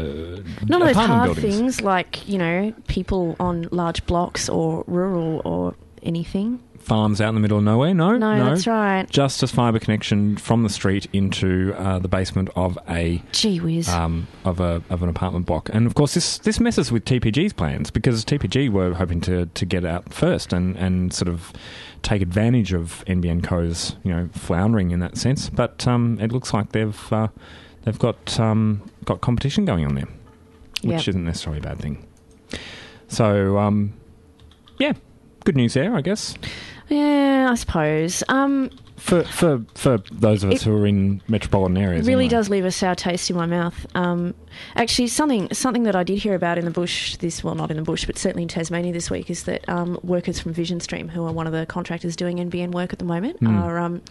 F: None of those
C: apartment
F: hard
C: buildings.
F: things like, you know, people on large blocks or rural or anything.
C: farms out in the middle of nowhere. No,
F: No, that's right.
C: Just as fiber connection from the street into uh, the basement of a
F: Gee whiz.
C: um, of a of an apartment block, and of course this this messes with TPG's plans because TPG were hoping to, to get out first and, and sort of take advantage of NBN Co's you know floundering in that sense. But um, it looks like they've uh, they've got um, got competition going on there, which
F: Yep.
C: isn't necessarily a bad thing. So um, yeah, good news there, I guess.
F: yeah, I suppose. Um,
C: for for for those of us
F: It-
C: who are in metropolitan
F: it
C: areas.
F: really
C: anyway.
F: does leave a sour taste in my mouth. Um, actually, something something that I did hear about in the bush this well, not in the bush, but certainly in Tasmania this week is that um, workers from Vision Stream, who are one of the contractors doing NBN work at the moment,
C: Hmm.
F: are um,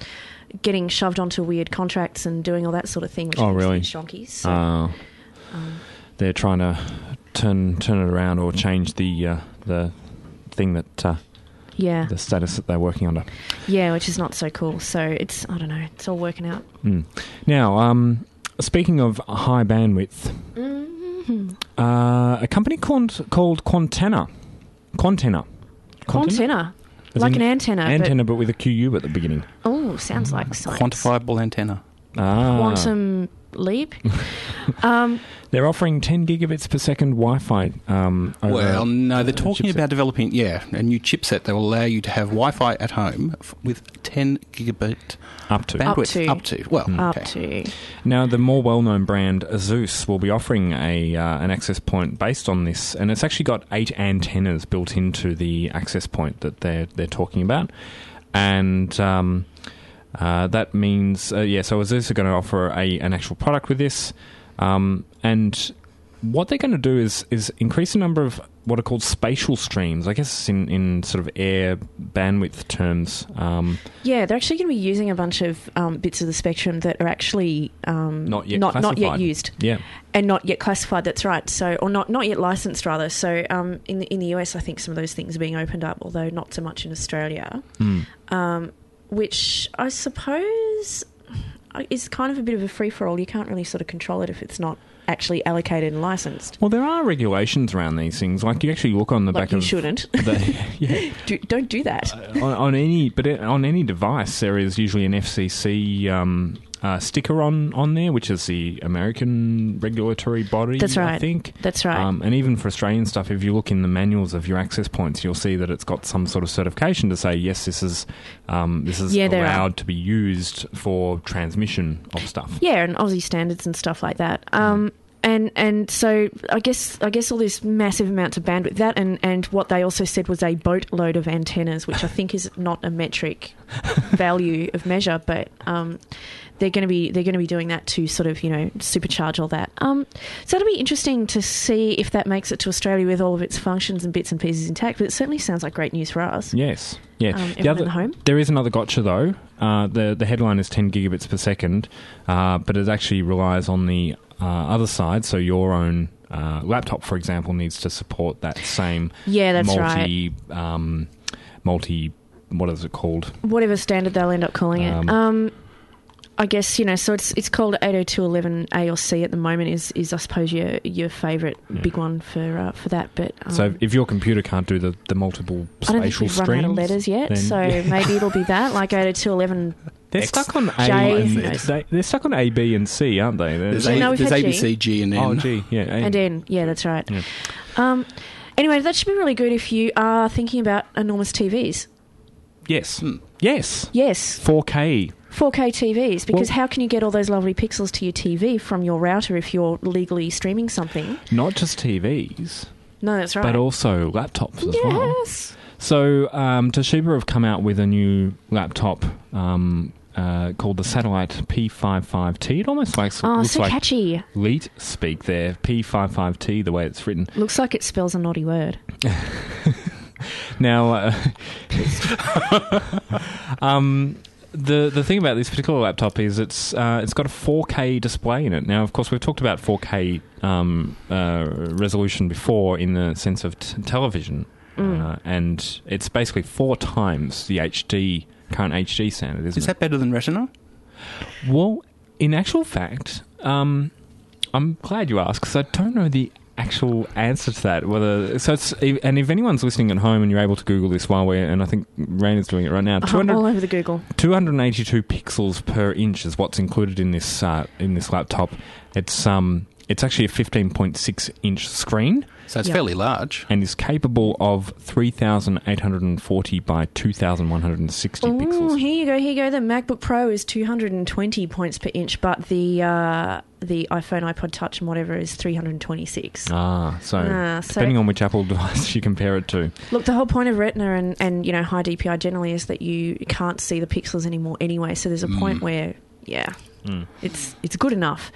F: getting shoved onto weird contracts and doing all that sort of thing, which
C: Oh,
F: makes
C: really?
F: me shonky. So.
E: Ah.
C: Uh,
F: Um,
C: they're trying to turn turn it around or change the uh, the thing that uh,
F: yeah,
C: the status that they're working under.
F: yeah, which is not so cool. So it's I don't know, it's all working out.
C: Mm. Now, um, speaking of high bandwidth,
F: Mm-hmm.
C: uh, a company called called Quantenna, Quantenna,
F: Antenna,
C: As
F: like
C: in
F: an antenna. but-
C: antenna, Mm, but with a QU at the beginning.
F: oh, sounds like science.
E: Quantifiable antenna.
C: Ah.
F: quantum leap. um,
C: They're offering 10 gigabits per second Wi-Fi. Um, over-
E: Well, no, they're
C: uh,
E: talking
C: chipset.
E: about developing, yeah, a new chipset that will allow you to have Wi Fi at home f- with 10 gigabit
C: up to
E: bandwidth.
F: to.
E: Up to. Hmm. Well,
F: up
E: okay.
F: to
C: Now, the more well-known brand Azus will be offering a uh, an access point based on this, and it's actually got eight antennas built into the access point that they're they're talking about, and um, uh, that means uh, yeah. So Azus are going to offer a an actual product with this, um, and what they're going to do is is increase the number of what are called spatial streams. I guess in in sort of air bandwidth terms, um,
F: yeah, they're actually going to be using a bunch of um, bits of the spectrum that are actually um,
C: not yet
F: not, not yet
C: classified.
F: used
C: Yeah.
F: and not yet classified. That's right. So or not not yet licensed rather. So um, in the, in the US, I think some of those things are being opened up, although not so much in Australia,
C: Hmm.
F: um, which I suppose is kind of a bit of a free for all. You can't really sort of control it if it's not actually allocated and licensed.
C: Well, there are regulations around these things. Like you actually look on the
F: Like
C: back
F: you
C: of
F: shouldn't.
C: the, yeah,
F: Do, don't do that.
C: on, on any, but it- on any device, there is usually an FCC um, uh, sticker on on there, which is the American regulatory body.
F: That's
C: I
F: right.
C: think
F: That's right.
C: Um, and even for Australian stuff, if you look in the manuals of your access points, you'll see that it's got some sort of certification to say yes, this is um, this is
F: Yeah, there are.
C: allowed to be used for transmission of stuff.
F: Yeah, and Aussie standards and stuff like that. Um, and and so I guess I guess all this massive amounts of bandwidth that and and what they also said was a boatload of antennas, which I think is not a metric value of measure, but um, they're going to be they're going to be doing that to sort of you know supercharge all that. Um, so it'll be interesting to see if that makes it to Australia with all of its functions and bits and pieces intact. But it certainly sounds like great news for us.
C: Yes. Yeah.
F: Um, everyone
C: the other,
F: at home?
C: There is another gotcha though. Uh, the the headline is 10 gigabits per second, uh, but it actually relies on the uh, other side. So your own uh, laptop, for example, needs to support that same
F: Yeah, that's
C: multi um, multi what is it called?
F: whatever standard they'll end up calling it.
C: Um,
F: Um, I guess you know. So it's it's called eight hundred two eleven A or C at the moment. Is is I suppose your your favourite big one for uh, for that. But um,
C: so if your computer can't do the, the multiple
F: I don't think
C: spatial
F: we've run out of
C: streams,
F: letters yet.
C: then-
F: so maybe it'll be that like eight hundred two eleven.
C: they're
E: X,
C: stuck on A
F: J,
C: and
F: who knows?
C: they, they're stuck on A, B, and C, aren't they? They're-
E: There's,
F: Yeah,
E: a,
F: no, we've
E: there's
F: had
E: ABC, G, and N.
C: oh, gee, yeah, A.
F: And N. Yeah, that's right.
C: Yeah.
F: Um, anyway, that should be really good if you are thinking about enormous TVs.
C: yes, yes,
F: Yes,
C: 4K.
F: 4K TVs because
C: Well-
F: how can you get all those lovely pixels to your TV from your router if you're legally streaming something?
C: Not just TVs,
F: No, that's right.
C: but also laptops as well.
F: yes.
C: So um, Toshiba have come out with a new laptop um, uh, called the Satellite P55T. It almost likes,
F: Oh,
C: looks
F: so
C: like
F: catchy.
C: Leet speak there. P55T, the way it's written.
F: Looks like it spells a naughty word.
C: Now, uh, um, the the thing about this particular laptop is it's uh, it's got a 4K display in it. Now, of course, we've talked about 4K um, uh, resolution before in the sense of t- television, uh, and it's basically four times the HD current HD standard, isn't
E: Is
C: it?
E: that better than Retina?
C: Well, in actual fact, um, I'm glad you asked because I don't know the actual answer to that. Whether so, it's and if anyone's listening at home and you're able to Google this while we're and I think Rain is doing it right now.
F: I'm
C: 200,
F: Oh, all over the Google.
C: 282 pixels per inch is what's included in this uh, in this laptop. It's um, it's actually a 15.6 inch screen
E: So it's
F: Yeah.
E: fairly large.
C: and is capable of 3,840 by 2,160
F: Ooh,
C: pixels.
F: here you go, here you go. The MacBook Pro is 220 points per inch, but the uh, the iPhone, iPod Touch, and whatever is 326.
C: Ah, so
F: Ah, so-
C: depending on which Apple device you compare it to.
F: Look, the whole point of Retina and, and you know high DPI generally is that you can't see the pixels anymore anyway. So there's a
C: Mm.
F: point where, yeah, it's it's good enough.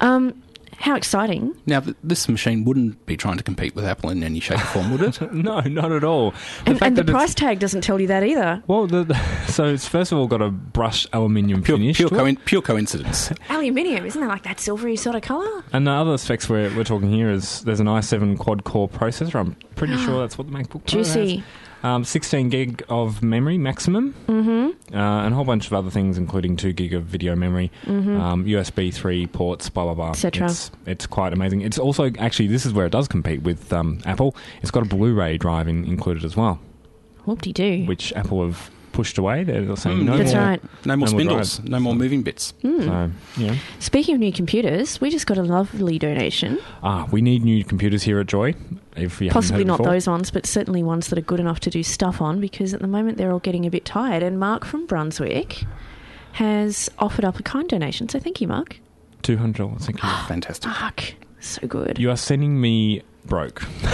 F: Um, how exciting!
E: Now, th- this machine wouldn't be trying to compete with Apple in any shape or form, would it?
C: No, not at all. The
F: And, and the
C: that it's-
F: price tag doesn't tell you that either.
C: Well, the, the- so it's first of all got a brushed aluminium
E: Pure,
C: finish,
E: pure,
C: to it.
E: coin- pure coincidence.
F: Aluminium, isn't that like that silvery sort of color?
C: and the other specs we're, we're talking here is there's an i7 quad core processor. I'm pretty sure that's what the MacBook Pro
F: Ah, Juicy.
C: has. Um, 16 gig of memory maximum, mm-hmm. uh, and a whole bunch of other things, including two gig of video memory, um, USB three ports, blah blah blah.
F: Mm-hmm. Et cetera.
C: It's, it's quite amazing. It's also actually this is where it does compete with um, Apple. It's got a Blu-ray drive in, included as well,
F: Whoop de doo.
C: which Apple have pushed away. They're
E: Mm,
C: saying no
F: That's
C: more.
F: right.
C: No
E: No more Hmm.
C: more
E: spindles, no more moving bits.
F: Hmm.
C: So, yeah.
F: Speaking of new computers, we just got a lovely donation.
C: Ah, we need new computers here at Joy. If you haven't
F: Possibly
C: heard
F: not
C: before.
F: those ones, but certainly ones that are good enough to do stuff on because at the moment they're all getting a bit tired. And Mark from Brunswick has offered up a kind donation. So thank you, Mark.
C: Two hundred dollars. Thank you.
E: Fantastic.
F: Mark, so good.
C: You are sending me broke.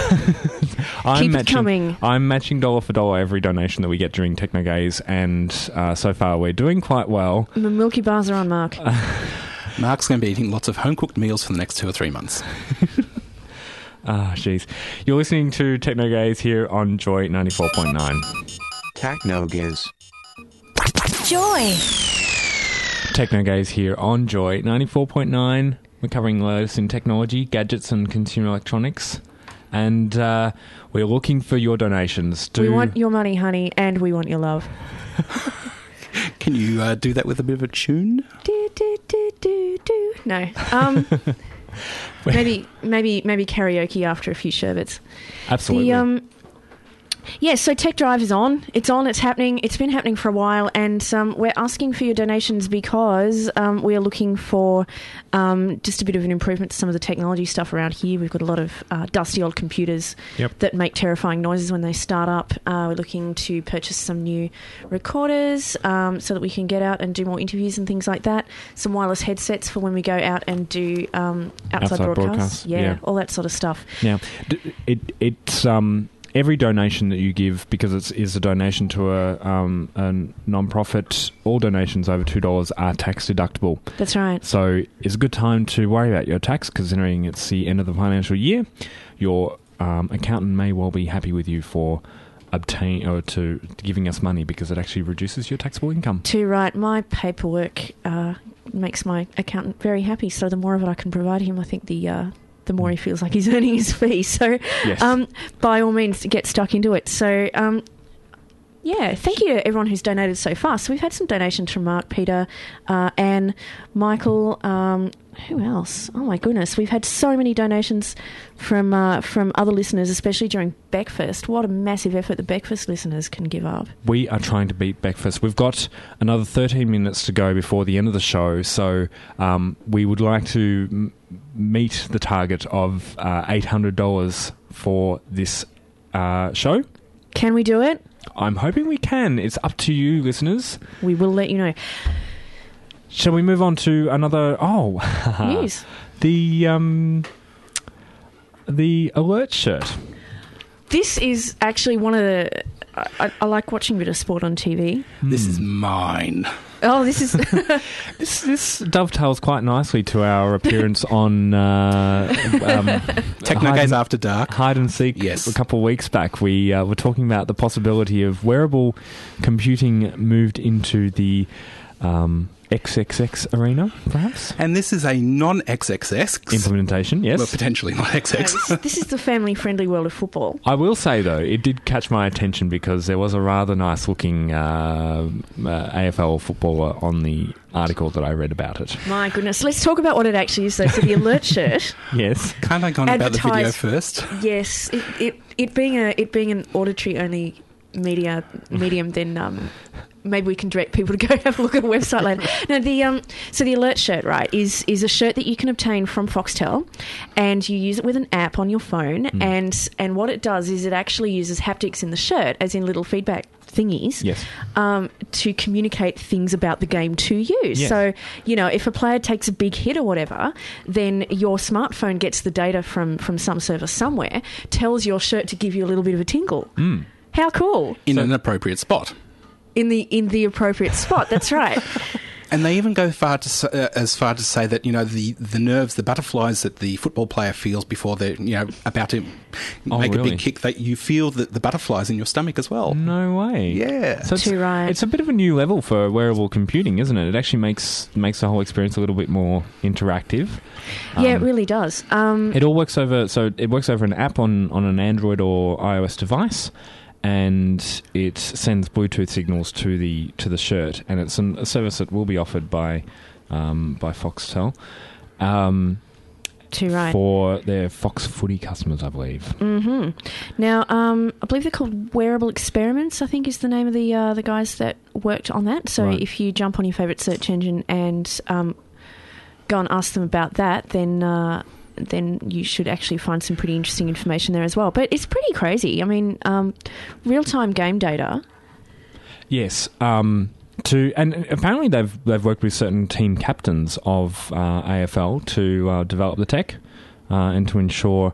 C: I'm
F: Keep it
C: matching,
F: coming.
C: I'm matching dollar for dollar every donation that we get during Technogaze, and uh, so far we're doing quite well.
F: The Milky Bars are on, Mark.
E: Mark's going to be eating lots of home cooked meals for the next two or three months.
C: Ah, jeez. You're listening to Technogaze here on Joy ninety four point nine.
I: Techno Giz.
B: Joy.
C: Technogaze here on Joy ninety four point nine. We're covering the latest in technology, gadgets, and consumer electronics, and uh, we're looking for your donations. Do
F: we want your money, honey, and we want your love.
E: Can you uh, do that with a bit of a tune?
F: Do, do, do, do, do. No. Um, maybe, maybe, maybe karaoke after a few sherbets.
C: absolutely.
F: The um, yeah. So Tech Drive is on. It's on. It's happening. It's been happening for a while, and um, we're asking for your donations because um, we are looking for um, just a bit of an improvement to some of the technology stuff around here. We've got a lot of uh, dusty old computers
C: Yep.
F: that make terrifying noises when they start up. Uh, we're looking to purchase some new recorders um, so that we can get out and do more interviews and things like that. Some wireless headsets for when we go out and do um, outside,
C: Outside
F: broadcasts.
C: broadcasts,
F: Yeah,
C: yeah.
F: all that sort of stuff.
C: Now, d- it it's um every donation that you give because it's is a donation to a um a non-profit. All donations over two dollars are tax deductible,
F: That's right.
C: so it's a good time to worry about your tax considering it's the end of the financial year. Your um, accountant may well be happy with you for obtain or to giving us money because it actually reduces your taxable income.
F: Too right. My paperwork uh, makes my accountant very happy. So the more of it I can provide him, I think the uh, the more he feels like he's earning his fee. So,
C: Yes.
F: um, by all means, get stuck into it. So, um, yeah, thank you to everyone who's donated so far. So we've had some donations from Mark, Peter, uh, Anne, Michael. Um, who else? Oh my goodness, we've had so many donations from uh, from other listeners, especially during Beckfest. What a massive effort the Beckfest listeners can give up.
C: We are trying to beat breakfast. We've got another 13 minutes to go before the end of the show, so um, we would like to m- meet the target of uh, $800 for this uh, show.
F: Can we do it?
C: I'm hoping we can. It's up to you, listeners.
F: We will let you know.
C: Shall we move on to another? Oh,
F: News.
C: the um, the alert shirt.
F: this is actually one of the. I, I, I like watching a bit of sport on TV.
E: This is mine.
F: Oh, this is.
C: Hmm. This, this dovetails quite nicely to our appearance on uh, um,
E: Techno
C: Hyde-
E: Gaze After Dark.
C: hide and seek
E: Yes.
C: a couple of weeks back we uh, were talking about the possibility of wearable computing moved into the um, XXX arena perhaps
E: And this is a non XXX.
C: implementation
E: Well,
C: yes
E: potentially not XX.
F: this is the family-friendly world of football.
C: I will say though it did catch my attention because there was a rather nice looking uh, uh, AFL footballer on the article that I read about it
F: My goodness, let's talk about what it actually is. Though, so the alert shirt.
C: yes
E: Can't I go on about the video
F: Advertise-
E: first?
F: Yes, it, it, it being a it being an auditory only media medium, then um, maybe we can direct people to go have a look at a website later. No, the um, so the alert shirt right is is a shirt that you can obtain from Foxtel, and you use it with an app on your phone, and and what it does is it actually uses haptics in the shirt, as in little feedback thingies
C: yes
F: um, to communicate things about the game to you.
C: Yes.
F: So, you know, if a player takes a big hit or whatever, then your smartphone gets the data from, from some server somewhere, tells your shirt to give you a little bit of a tingle.
C: Hmm.
F: How cool!
E: In an appropriate spot.
F: In the in the appropriate spot. That's right.
E: And they even go far to, s- uh, as far to say that you know the, the nerves, the butterflies that the football player feels before they're you know about to
C: Oh,
E: make a
C: really? Mm.
E: big kick, that you feel the, the butterflies in your stomach as well.
C: no way
E: Yeah.
C: So it's,
F: Too right.
C: it's a bit of a new level for wearable computing, isn't it? It actually makes makes the whole experience a little bit more interactive.
F: yeah, it
C: Um,
F: really does. Um,
C: It all works over so it works over an app on, on an Android or iOS device, and it sends Bluetooth signals to the to the shirt, and it's an, a service that will be offered by um, by Foxtel um,
F: too right.
C: for their Fox Footy customers, I believe.
F: hmm Now, um, I believe they're called Wearable Experiments. I think is the name of the uh, the guys that worked on that. So
C: Right.
F: if you jump on your favorite search engine and um, go and ask them about that, then. Uh, then you should actually find some pretty interesting information there as well. But it's pretty crazy. I mean, um, real time game data.
C: Yes. Um, to and apparently they've they've worked with certain team captains of uh, AFL to uh, develop the tech uh, and to ensure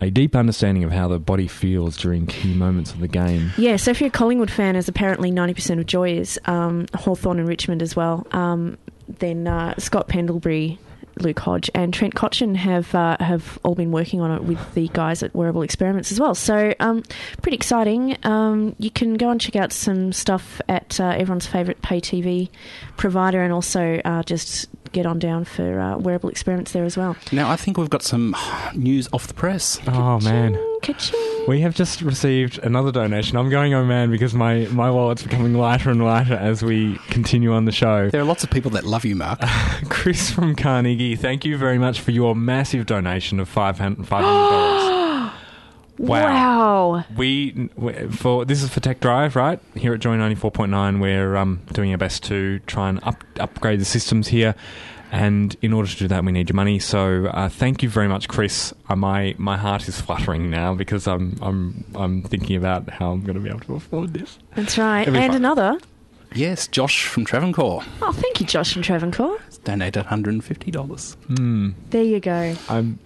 C: a deep understanding of how the body feels during key moments of the game.
F: Yeah, so if you're a Collingwood fan, as apparently 90% of Joy is, um, Hawthorne and Richmond as well, um, then uh, Scott Pendlebury, Luke Hodge, and Trent Cotchin have uh, have all been working on it with the guys at Wearable Experiments as well. So um, pretty exciting. Um, you can go and check out some stuff at uh, everyone's favourite pay TV provider and also uh, just get on down for uh, Wearable Experiments there as well.
E: Now I think we've got some news off the press.
C: Oh man.
F: Ching, ka-ching.
C: We have just received another donation. I'm going oh man because my, my wallet's becoming lighter and lighter as we continue on the show.
E: There are lots of people that love you, Mark.
C: Chris from Carnegie, thank you very much for your massive donation of five hundred dollars.
F: Wow.
C: We we- for this is for Tech Drive, right? Here at Joy ninety four point nine, we're um, doing our best to try and up, upgrade the systems here, and in order to do that, we need your money. So uh, thank you very much, Chris. Uh, my my heart is fluttering now because I'm I'm I'm thinking about how I'm going to be able to afford this.
F: That's right.
C: It'll be
F: And
C: fun.
F: another.
E: yes, Josh from Travancore
F: Oh, thank you, Josh and Travancore.
E: has donated $150.
F: There you go.
C: I'm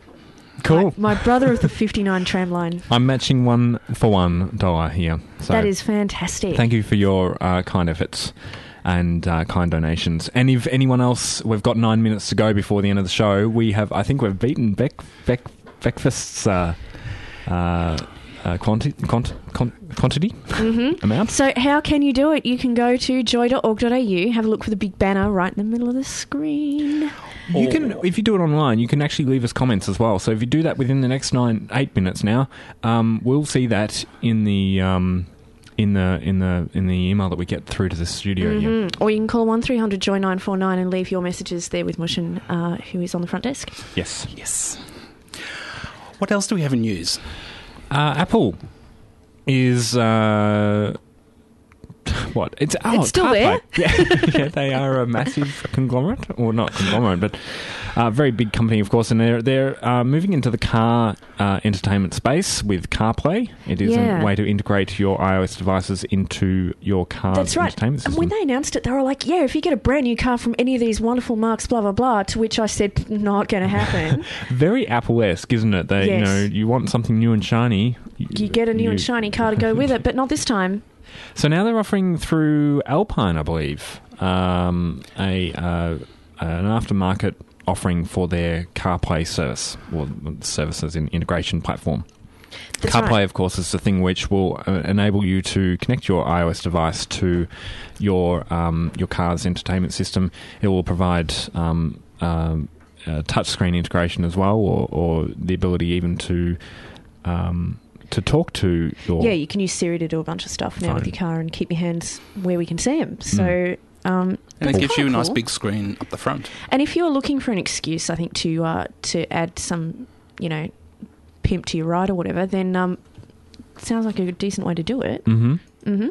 C: cool.
F: My brother of the 59 tram line.
C: I'm matching one for one dollar here. So
F: that is fantastic.
C: Thank you for your uh, kind efforts and uh, kind donations. And if anyone else, we've got nine minutes to go before the end of the show. We have, I think, we've beaten Beck Beck Beckfast's uh, uh, uh, quanti- quant- quant- quantity amount.
F: So, how can you do it? You can go to joy.org.au, have a look for the big banner right in the middle of the screen.
C: You can, if you do it online, you can actually leave us comments as well. So if you do that within the next nine, eight minutes now, um, we'll see that in the um, in the in the in the email that we get through to the studio. here.
F: Mm, Or you can call 1300 Joy 949 and leave your messages there with Mushin, uh, who is on the front desk.
C: Yes,
E: Yes. What else do we have in news?
C: Uh, Apple is uh, what? It's oh,
F: It's still
C: car
F: there?
C: play. Yeah. yeah, they are a massive conglomerate, or not conglomerate, but a very big company, of course. And they're they're uh, moving into the car uh, entertainment space with CarPlay. It is
F: Yeah.
C: a way to integrate your iOS devices into your car's
F: That's right.
C: entertainment
F: And
C: system.
F: when they announced it, they were like, yeah, if you get a brand new car from any of these wonderful marks, blah, blah, blah, to which I said, not going to happen.
C: very Apple-esque, isn't it? They, you
F: Yes.
C: know, you want something new and shiny.
F: you get a new and shiny car to go with it, but not this time.
C: So now they're offering through Alpine, I believe, um, a uh, an aftermarket offering for their CarPlay service or services in integration platform.
F: That's
C: CarPlay,
F: right.
C: of course, is the thing which will uh, enable you to connect your iOS device to your um, your car's entertainment system. It will provide um, um, uh, touchscreen integration as well, or, or the ability even to um, to talk to your
F: Yeah, you can use Siri to do a bunch of stuff now with
C: Phone.
F: your car and keep your hands where we can see
C: Mm.
F: them. So, um,
E: And it
F: that's
E: gives you a
F: kinda
E: nice
F: cool.
E: big screen up the front.
F: And if you're looking for an excuse, I think to uh, to add some, you know, pimp to your ride or whatever, then um, it sounds like a decent way to do it.
C: hmm
F: Mm-hmm.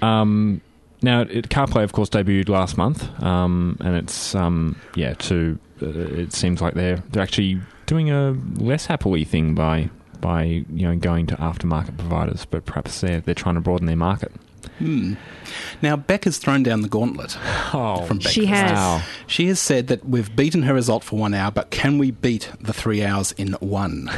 C: Um, now, it, CarPlay, of course, debuted last month, um, and it's um, yeah. To uh, it seems like they're they're actually doing a less happily thing by by you know going to aftermarket providers, but perhaps they're they're trying to broaden their market.
E: Hmm. Now, Beck has thrown down the gauntlet.
C: Oh,
E: From Beck
F: She has.
C: Wow.
E: She has said that we've beaten her result for one hour, but can we beat the three hours in one?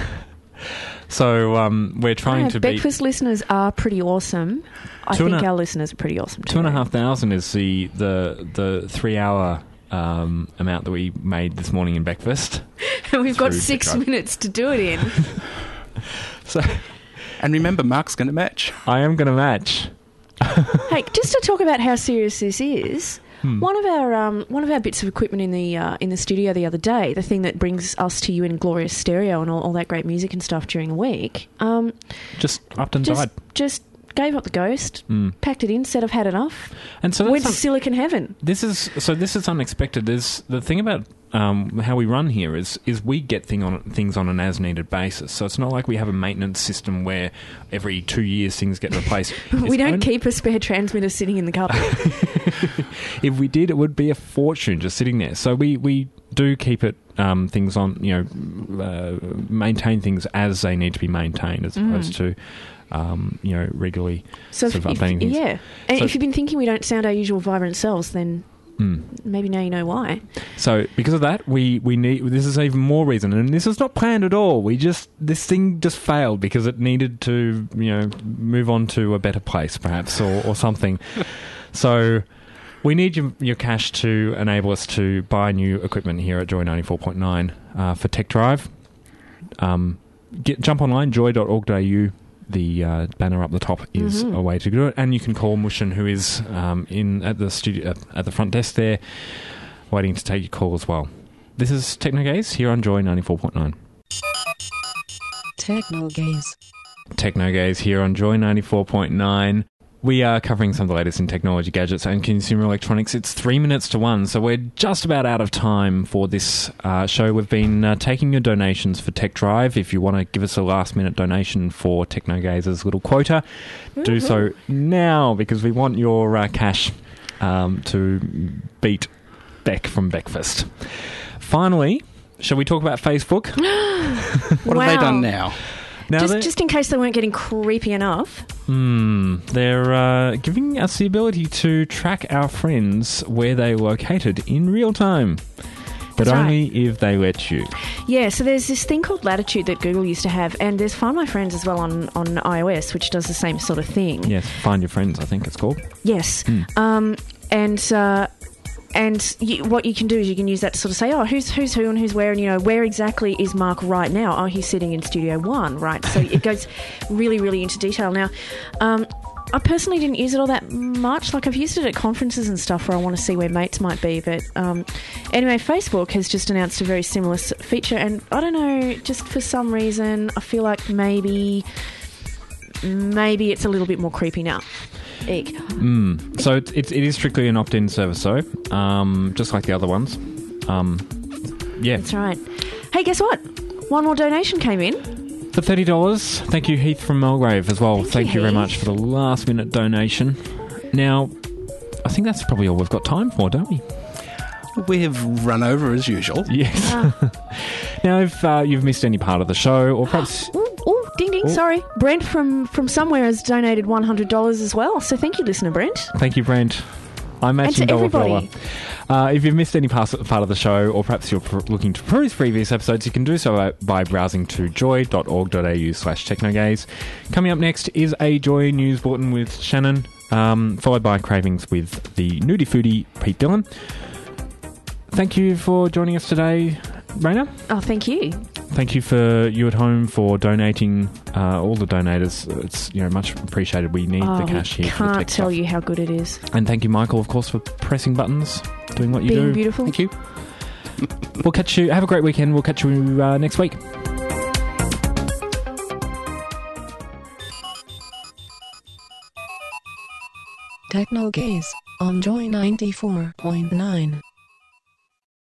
C: So um, we're trying
F: Yeah,
C: to beat
F: Ah, Breakfast listeners are pretty awesome. I
C: Two and
F: think
C: a-
F: our listeners are pretty awesome. Too.
C: two and a half thousand is the the the three hour um, amount that we made this morning in breakfast.
F: And we've got
C: Through
F: six
C: Pickard.
F: minutes to do it in.
C: So
E: And remember, Mark's going to match.
C: I am going to match.
F: hey, just to talk about how serious this is.
C: Hmm.
F: One of our um, one of our bits of equipment in the uh, in the studio the other day, the thing that brings us to you in glorious stereo and all, all that great music and stuff during the week, um,
C: Just upped and
F: just
C: died.
F: just gave up the ghost,
C: Hmm.
F: packed it in, said I've had enough,
C: And so that's
F: went to
C: some-
F: Silicon Heaven.
C: This is so. This is unexpected. There's the thing about um, how we run here is is we get thing on things on an as needed basis. So it's not like we have a maintenance system where every two years things get replaced.
F: we
C: It's
F: don't
C: only-
F: keep a spare transmitter sitting in the cupboard.
C: If we did, it would be a fortune just sitting there. So we we do keep it um, things on. You know, uh, maintain things as they need to be maintained,
F: Mm-hmm.
C: as opposed to. Um, you know, regularly.
F: so if,
C: Sort of
F: if-
C: updating things.
F: yeah, and
C: So-
F: if you've been thinking we don't sound our usual vibrant selves, then
C: Mm.
F: maybe now you know why.
C: So because of that, we we need this is even more reason, and this is not planned at all. We just this thing just failed because it needed to you know move on to a better place, perhaps or or something. so. We need your, your cash to enable us to buy new equipment here at Joy 94.9 uh, for Tech Drive. Um, get, jump online, joy.org.au. The uh, banner up the top is a way to do it. And you can call Mushin, who is um, in at the studio at, at the front desk there, waiting to take your call as well. This is Technogaze here on Joy 94.9.
B: Techno gaze.
C: Technogaze here on Joy 94.9. We are covering some of the latest in technology, gadgets, and consumer electronics. It's three minutes to one, so we're just about out of time for this uh, show. We've been uh, taking your donations for Tech Drive. If you want to give us a last minute donation for Technogaze's little quota, do
B: Mm-hmm.
C: so now because we want your uh, cash um, to beat Beck from Breakfast. Finally, shall we talk about Facebook?
E: What have they done now?
C: Now
F: Just,
C: that-
F: just in case they weren't getting creepy enough,
C: Hmm. They're uh, giving us the ability to track our friends where they're located in real time. But
F: That's right.
C: only if they let you.
F: yeah. So there's this thing called Latitude that Google used to have, and there's Find My Friends as well on on iOS, which does the same sort of thing.
C: Yes, find your friends, I think it's called.
F: Yes. Um, and uh, and you, what you can do is you can use that to sort of say, oh, who's who's who and who's where, and you know where exactly is Mark right now? Oh, he's sitting in Studio One, right? So it goes really, really into detail. Now, um, I personally didn't use it all that much. Like I've used it at conferences and stuff where I want to see where mates might be. But um, anyway, Facebook has just announced a very similar s- feature, and I don't know, just for some reason, I feel like maybe. Maybe it's a little bit more creepy now. Eek.
C: So it, it, it is strictly an opt in service, though, um, just like the other ones. Um, yeah,
F: That's right. Hey, guess what? One more donation came in.
C: for $30. Thank you, Heath from Mulgrave, as well. Thank,
F: Thank
C: you,
F: you,
C: very
F: Heath.
C: much for the last minute donation. Now, I think that's probably all we've got time for, don't we?
E: We have run over as usual.
C: Yes.
D: Ah.
C: now, if uh, you've missed any part of the show, or perhaps
F: Ooh, ooh, ding ding, sorry. Brent from from somewhere has donated $100 as well. So thank you, listener Brent.
C: Thank you, Brent. I'm
D: And
C: matching
D: to
C: dollar for dollar.
D: everybody.
C: Uh, if you've missed any past, part of the show, or perhaps you're pr- looking to peruse previous episodes, you can do so by, by browsing to joy.org.au slash technogaze. Coming up next is a Joy News Bulletin with Shannon, um, followed by Cravings with the nudie foodie Pete Dillon. Thank you for joining us today, Raina.
D: Oh, thank you.
C: Thank you for you at home for donating uh, all the donators. It's you know much appreciated. We need
D: oh,
C: the cash
D: we
C: here. for the
D: can't
C: tech
D: tell
C: stuff.
D: you how good it is.
C: And thank you, Michael, of course, for pressing buttons, doing what you
D: Being
C: do.
D: beautiful.
E: Thank you.
C: We'll catch you. Have a great weekend. We'll catch you uh, next week.
J: Techno Gaze on Joy 94.9.